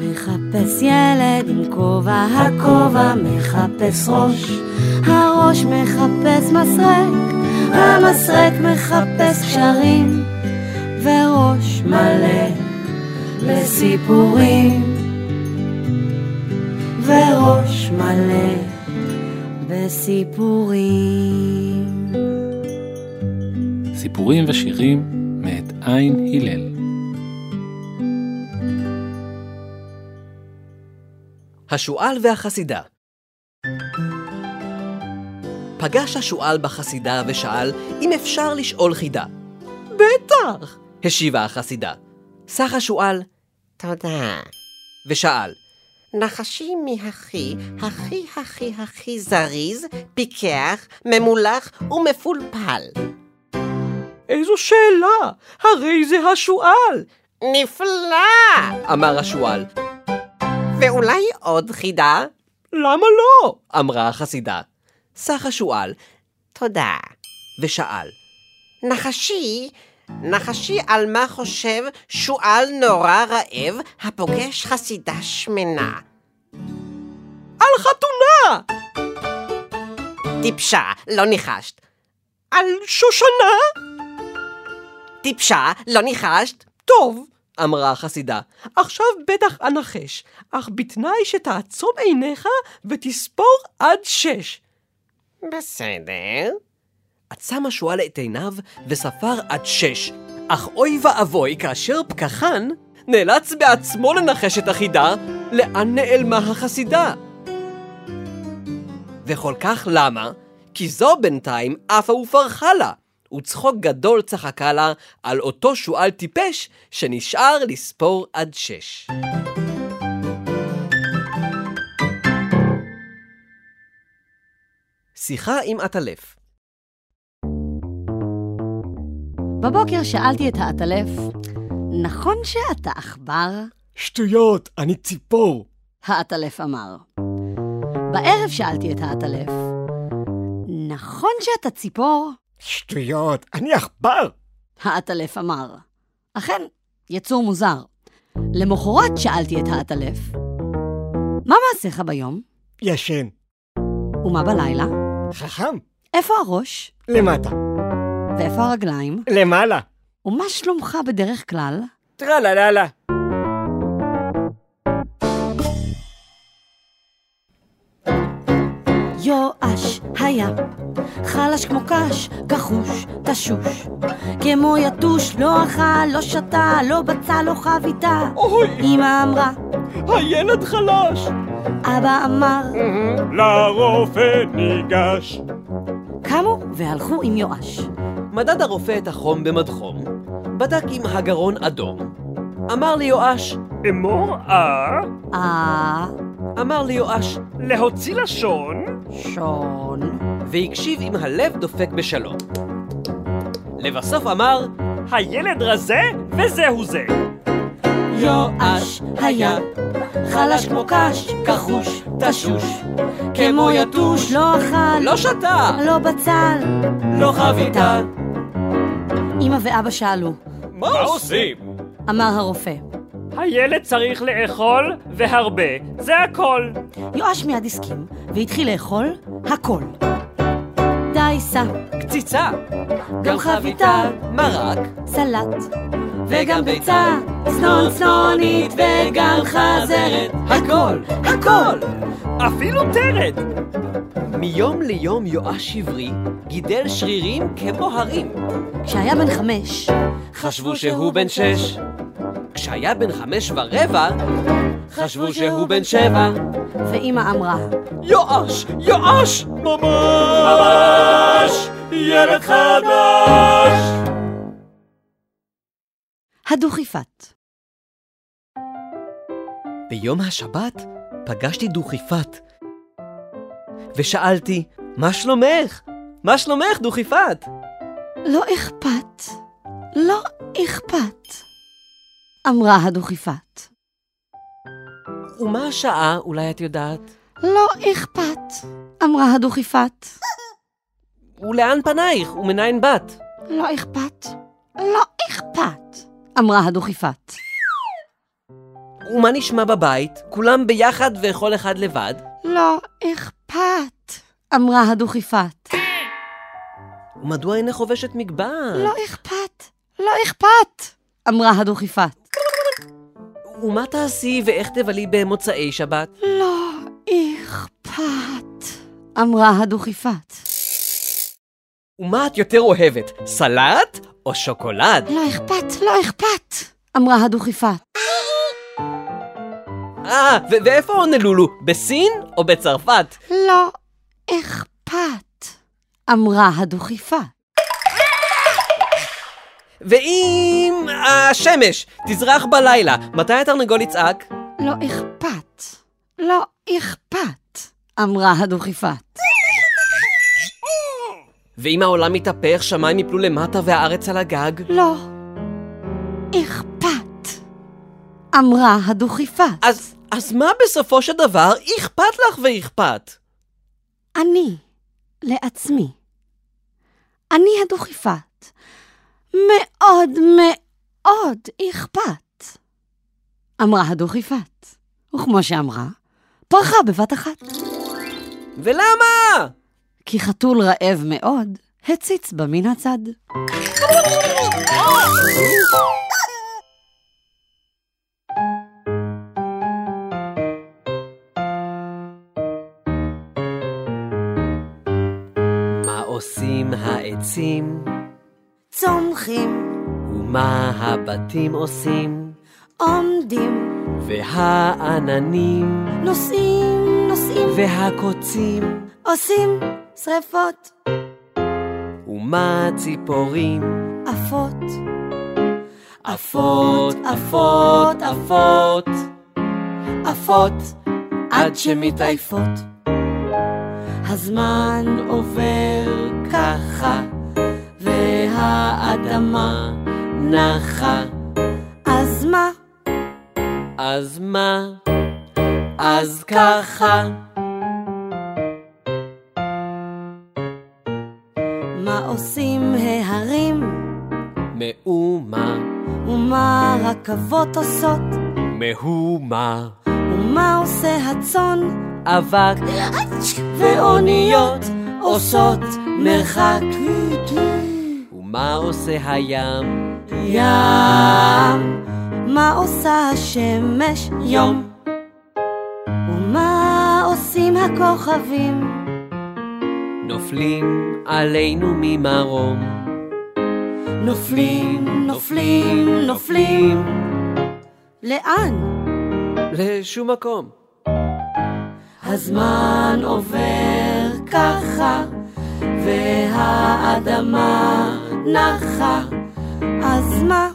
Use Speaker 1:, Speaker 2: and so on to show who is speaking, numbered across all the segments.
Speaker 1: מחפש ילד עם כובע, הכובע מחפש ראש, הראש מחפש מסרק, המסרק מחפש קשרים, וראש מלא בסיפורים, וראש מלא בסיפורים.
Speaker 2: סיפורים ושירים מאת עין הלל.
Speaker 3: השועל והחסידה פגש השועל בחסידה ושאל אם אפשר לשאול חידה. בטח! השיבה החסידה. סך השועל
Speaker 4: תודה.
Speaker 3: ושאל,
Speaker 4: נחשים מהכי, הכי הכי הכי זריז, פיקח, ממולח ומפולפל.
Speaker 3: איזו שאלה! הרי זה השועל!
Speaker 4: נפלא!
Speaker 3: אמר השועל.
Speaker 4: ואולי עוד חידה?
Speaker 3: למה לא? אמרה החסידה. סך השועל,
Speaker 4: תודה.
Speaker 3: ושאל,
Speaker 4: נחשי, נחשי על מה חושב שועל נורא רעב הפוגש חסידה שמנה.
Speaker 3: על חתונה!
Speaker 4: טיפשה, לא ניחשת.
Speaker 3: על שושנה?
Speaker 4: טיפשה, לא ניחשת.
Speaker 3: טוב, אמרה החסידה, עכשיו בטח אנחש, אך בתנאי שתעצום עיניך ותספור עד שש.
Speaker 4: בסדר.
Speaker 3: עצם השועל את עיניו וספר עד שש, אך אוי ואבוי כאשר פקחן נאלץ בעצמו לנחש את החידה, לאן נעלמה החסידה? וכל כך למה? כי זו בינתיים עפה ופרחה לה, וצחוק גדול צחקה לה על אותו שועל טיפש שנשאר לספור עד שש. שיחה עם עטלף
Speaker 1: בבוקר שאלתי את האטלף, נכון שאתה עכבר?
Speaker 5: שטויות, אני ציפור.
Speaker 1: האטלף אמר. בערב שאלתי את האטלף, נכון שאתה ציפור?
Speaker 5: שטויות, אני עכבר.
Speaker 1: האטלף אמר. אכן, יצור מוזר. למחרת שאלתי את האטלף, מה מעשיך ביום?
Speaker 5: ישן.
Speaker 1: ומה בלילה?
Speaker 5: חכם.
Speaker 1: איפה הראש?
Speaker 5: למטה.
Speaker 1: ואיפה הרגליים?
Speaker 5: למעלה.
Speaker 1: ומה שלומך בדרך כלל?
Speaker 5: טרללה.
Speaker 1: יואש היה חלש כמו קש, גחוש, תשוש. כמו יתוש, לא אכל, לא שתה, לא בצע, לא חביתה.
Speaker 3: אוי,
Speaker 1: אמא אמרה,
Speaker 3: הילד חלש!
Speaker 1: אבא אמר,
Speaker 6: לרופא ניגש.
Speaker 1: קמו והלכו עם יואש.
Speaker 3: מדד הרופא את החום במדחום, בדק אם הגרון אדום, אמר ליואש,
Speaker 6: אמור אה,
Speaker 1: אה...
Speaker 3: אמר ליואש,
Speaker 6: להוציא לשון,
Speaker 1: שון.
Speaker 3: והקשיב אם הלב דופק בשלום. לבסוף אמר,
Speaker 6: הילד רזה וזהו זה.
Speaker 1: יואש היה חלש כמו קש, כחוש, תשוש. כמו יתוש, לא אכל,
Speaker 3: לא שתה,
Speaker 1: לא בצל.
Speaker 3: לא חביתה.
Speaker 1: אמא ואבא שאלו,
Speaker 3: מה עושים?
Speaker 1: אמר הרופא.
Speaker 6: הילד צריך לאכול והרבה, זה הכל.
Speaker 1: יואש מיד הסכים, והתחיל לאכול הכל. דייסה,
Speaker 3: קציצה,
Speaker 1: גם חביתה,
Speaker 3: מרק,
Speaker 1: סלט, וגם ביצה, צנון צנונית וגם חזרת,
Speaker 3: הכל,
Speaker 1: הכל!
Speaker 6: אפילו טרד.
Speaker 3: מיום ליום יואש עברי גידל שרירים כמו הרים.
Speaker 1: כשהיה בן חמש,
Speaker 3: חשבו שהוא בן שש. כשהיה בן חמש ורבע, חשבו שהוא בן שבע.
Speaker 1: ואימא אמרה,
Speaker 3: יואש! יואש!
Speaker 6: ממש! ילד חדש!
Speaker 1: הדוכיפת.
Speaker 3: ביום השבת פגשתי דוכיפת. ושאלתי, מה שלומך? מה שלומך, דוכיפת?
Speaker 1: לא אכפת, לא אכפת, אמרה הדוכיפת.
Speaker 3: ומה השעה, אולי את יודעת?
Speaker 1: לא אכפת, אמרה הדוכיפת.
Speaker 3: ולאן פנייך? ומניין באת?
Speaker 1: לא אכפת, לא אכפת, אמרה הדוכיפת.
Speaker 3: ומה נשמע בבית? כולם ביחד וכל אחד לבד?
Speaker 1: לא אכפת, אמרה הדוכיפת.
Speaker 3: ומדוע אינה חובשת מגבעת?
Speaker 1: לא אכפת, לא אכפת, אמרה הדוכיפת.
Speaker 3: ומה תעשי ואיך תבלי במוצאי שבת?
Speaker 1: לא אכפת, אמרה הדוכיפת.
Speaker 3: ומה את יותר אוהבת, סלט או שוקולד?
Speaker 1: לא אכפת, לא אכפת, אמרה הדוכיפת.
Speaker 3: אה, ו- ואיפה הונלולו? בסין או בצרפת?
Speaker 1: לא אכפת, אמרה הדוכיפת.
Speaker 3: ואם השמש תזרח בלילה, מתי התרנגול יצעק?
Speaker 1: לא אכפת, לא אכפת, אמרה הדוכיפת.
Speaker 3: ואם העולם יתהפך, שמיים יפלו למטה והארץ על הגג?
Speaker 1: לא אכפת, אמרה הדוכיפת.
Speaker 3: אז, אז מה בסופו של דבר אכפת לך ואכפת?
Speaker 1: אני לעצמי. אני הדוכיפת. מאוד מאוד אכפת, אמרה הדוכיפת. וכמו שאמרה, פרחה בבת אחת.
Speaker 3: ולמה?
Speaker 1: כי חתול רעב מאוד הציץ בה מן הצד.
Speaker 3: מה עושים העצים?
Speaker 1: צומחים,
Speaker 3: ומה הבתים עושים?
Speaker 1: עומדים,
Speaker 3: והעננים,
Speaker 1: נוסעים, נוסעים,
Speaker 3: והקוצים,
Speaker 1: עושים שרפות
Speaker 3: ומה ציפורים?
Speaker 1: עפות.
Speaker 3: עפות, עפות, עפות,
Speaker 1: עפות עד שמתעייפות. הזמן עובר ככה, והאדמה נחה. אז מה?
Speaker 3: אז מה? אז ככה.
Speaker 1: מה עושים ההרים?
Speaker 3: מהומה,
Speaker 1: ומה רכבות עושות?
Speaker 3: מהומה,
Speaker 1: ומה עושה הצאן?
Speaker 3: אבק
Speaker 1: ואוניות עושות מרחק.
Speaker 3: ומה עושה הים?
Speaker 1: ים. מה עושה השמש יום? ומה עושים הכוכבים?
Speaker 3: נופלים עלינו ממרום.
Speaker 1: נופלים, נופלים, נופלים. לאן?
Speaker 3: לשום מקום.
Speaker 1: הזמן עובר ככה, והאדמה נחה. אז מה?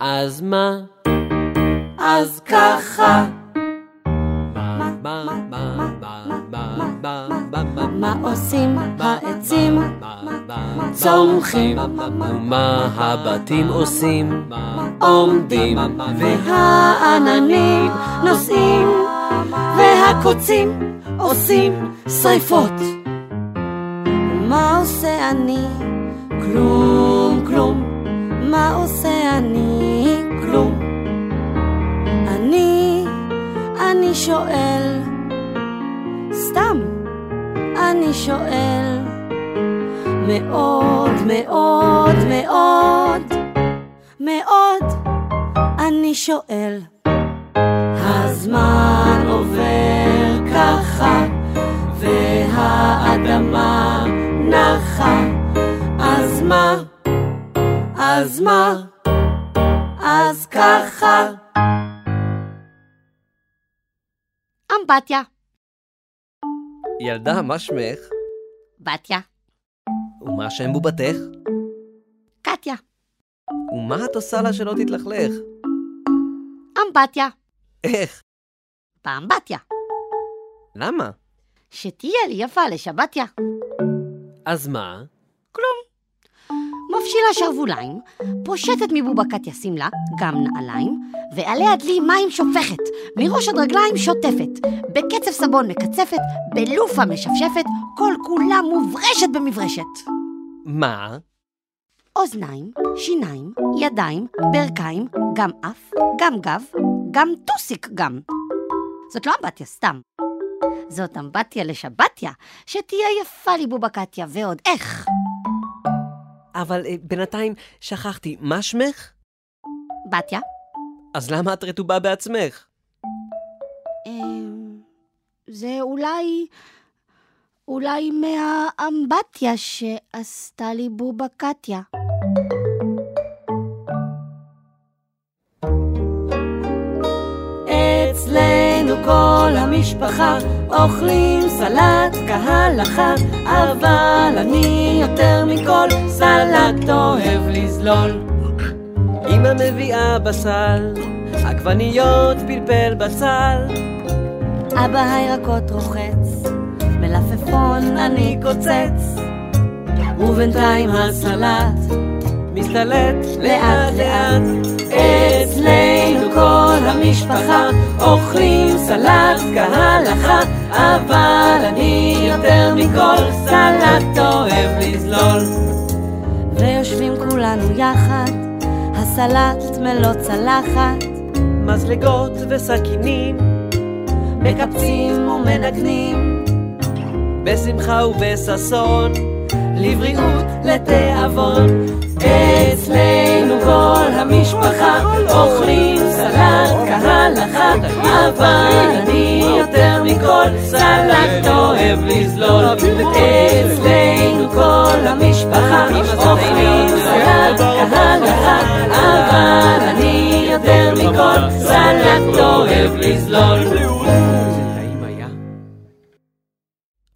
Speaker 3: אז מה?
Speaker 1: אז ככה.
Speaker 3: מה? מה? מה? מה? מה? מה? מה? מה?
Speaker 1: מה עושים העצים?
Speaker 3: צומחים, ומה הבתים עושים, עומדים,
Speaker 1: והעננים נוסעים, והקוצים עושים שריפות. מה עושה אני? כלום, כלום. מה עושה אני? כלום. אני, אני שואל. סתם, אני שואל. מאוד, מאוד, מאוד, מאוד, אני שואל. הזמן עובר ככה, והאדמה נחה. אז מה? אז מה? אז ככה. אמבטיה,
Speaker 3: ילדה, מה שמך?
Speaker 1: בתיה,
Speaker 3: ומה שם בובתך?
Speaker 1: קטיה,
Speaker 3: ומה את עושה לה שלא תתלכלך?
Speaker 1: אמבטיה,
Speaker 3: איך?
Speaker 1: באמבטיה,
Speaker 3: למה?
Speaker 1: שתהיה לי יפה לשבתיה.
Speaker 3: אז מה?
Speaker 1: מפשילה שרווליים, פושטת מבובקת ישים לה, גם נעליים, ועליה דלי מים שופכת, מראש עד רגליים שוטפת, בקצף סבון מקצפת, בלופה משפשפת, כל כולה מוברשת במברשת.
Speaker 3: מה?
Speaker 1: אוזניים, שיניים, ידיים, ברכיים, גם אף, גם גב, גם טוסיק גם. זאת לא אמבטיה סתם. זאת אמבטיה לשבתיה, שתהיה יפה לי בובה קטיה, ועוד איך.
Speaker 3: אבל אה, בינתיים שכחתי, מה שמך?
Speaker 1: בתיה?
Speaker 3: אז למה את רטובה בעצמך?
Speaker 1: אמ, זה אולי... אולי מהאמבטיה שעשתה לי בובה קטיה.
Speaker 7: אצלנו כל המשפחה אוכלים סלט כהלכה, אבל אני יותר מכל סלט אוהב לזלול.
Speaker 3: אמא מביאה בסל, עגבניות, פלפל בצל.
Speaker 7: אבא הירקות רוחץ, מלפפון אני קוצץ, ובינתיים הסלט
Speaker 3: מסתלט
Speaker 7: לאט לאט. אצלנו כל המשפחה אוכלים סלט כהלכה, אבל אני יותר מכל סלט אוהב לזלול. ויושבים כולנו יחד, הסלט מלוא צלחת,
Speaker 3: מזלגות וסכינים,
Speaker 7: מקפצים ומנגנים,
Speaker 3: בשמחה ובששון.
Speaker 7: לבריאות, לתיאבון. אצלנו כל המשפחה אוכלים סלט כהלכה, אבל אני יותר מכל סלט אוהב לזלול. אצלנו כל המשפחה אוכלים סלט כהלכה, אבל אני יותר מכל סלט אוהב לזלול.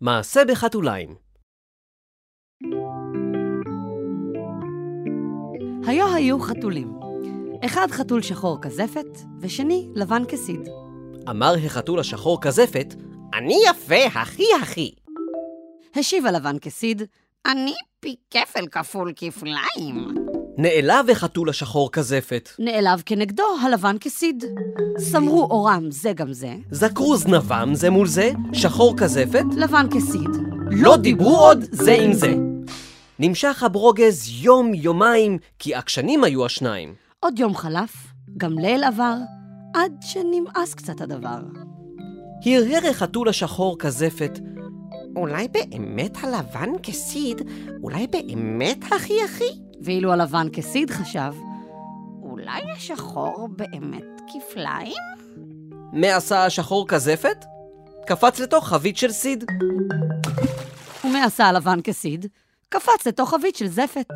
Speaker 3: מעשה בחתוליים.
Speaker 1: היו היו חתולים. אחד חתול שחור כזפת, ושני לבן כסיד.
Speaker 3: אמר החתול השחור כזפת,
Speaker 4: אני יפה, הכי הכי.
Speaker 1: השיב הלבן כסיד, אני פי כפל כפול כפליים.
Speaker 3: נעלב החתול השחור כזפת.
Speaker 1: נעלב כנגדו הלבן כסיד. סמרו אורם זה גם זה,
Speaker 3: זקרו זנבם זה מול זה, שחור כזפת,
Speaker 1: לבן כסיד.
Speaker 3: לא דיברו עוד זה עם זה. נמשך הברוגז יום-יומיים, כי עקשנים היו השניים.
Speaker 1: עוד יום חלף, גם ליל עבר, עד שנמאס קצת הדבר.
Speaker 3: הרהר החתול השחור כזפת,
Speaker 4: אולי באמת הלבן כסיד? אולי באמת הכי הכי?
Speaker 1: ואילו הלבן כסיד חשב, אולי השחור באמת כפליים?
Speaker 3: מה עשה השחור כזפת? קפץ לתוך חבית של סיד.
Speaker 1: ומה עשה הלבן כסיד? קפץ לתוך חבית של זפת.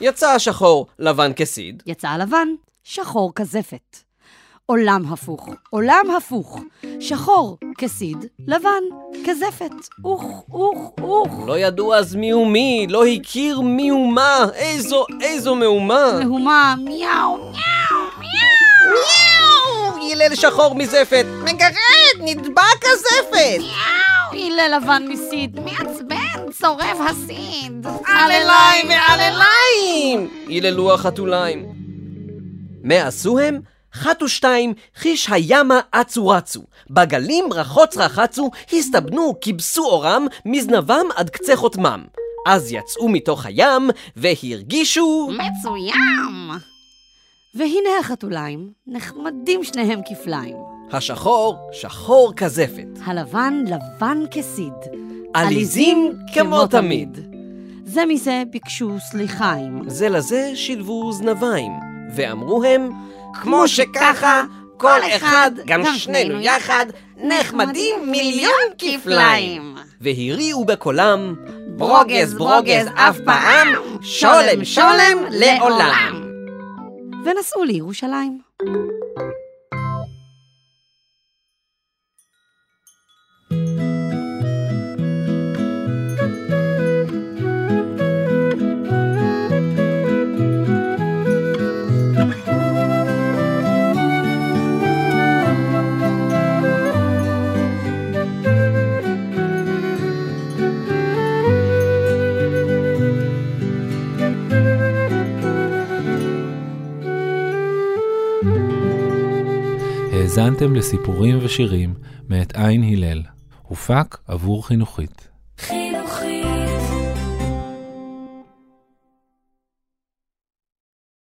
Speaker 3: יצא השחור, לבן כסיד.
Speaker 1: יצא הלבן, שחור כזפת. עולם הפוך, עולם הפוך. שחור כסיד, לבן כזפת. אוך, אוך, אוך.
Speaker 3: לא ידעו אז מי הוא מי, לא הכיר מי הוא מה, איזו, איזו מהומה.
Speaker 1: מהומה, מיהו,
Speaker 3: הלל שחור מזפת.
Speaker 4: מגרד, נדבק הזפת!
Speaker 1: מיהו, הלל לבן מסיד. מעצבן, צורב הסיד. על אליי ועל
Speaker 3: חתוליים! היללו החתוליים. מה עשו הם? חתו שתיים, חיש הימה אצו רצו. בגלים רחוץ רחצו, הסתבנו, כיבסו אורם, מזנבם עד קצה חותמם. אז יצאו מתוך הים, והרגישו...
Speaker 1: מצוים! והנה החתוליים, נחמדים שניהם כפליים.
Speaker 3: השחור, שחור כזפת.
Speaker 1: הלבן לבן כסיד.
Speaker 3: עליזים כמו תמיד.
Speaker 1: זה מזה ביקשו סליחיים.
Speaker 3: זה לזה שילבו זנביים, ואמרו הם...
Speaker 4: כמו שככה, כל אחד, גם
Speaker 1: גם
Speaker 4: שנינו
Speaker 1: שנינו
Speaker 4: יחד, נחמדים מיליון כפליים.
Speaker 3: והריעו בקולם,
Speaker 4: ברוגז, ברוגז, אף פעם, שולם, שולם, לעולם.
Speaker 1: ונסעו לירושלים.
Speaker 2: האזנתם לסיפורים ושירים מאת עין הלל. הופק עבור חינוכית.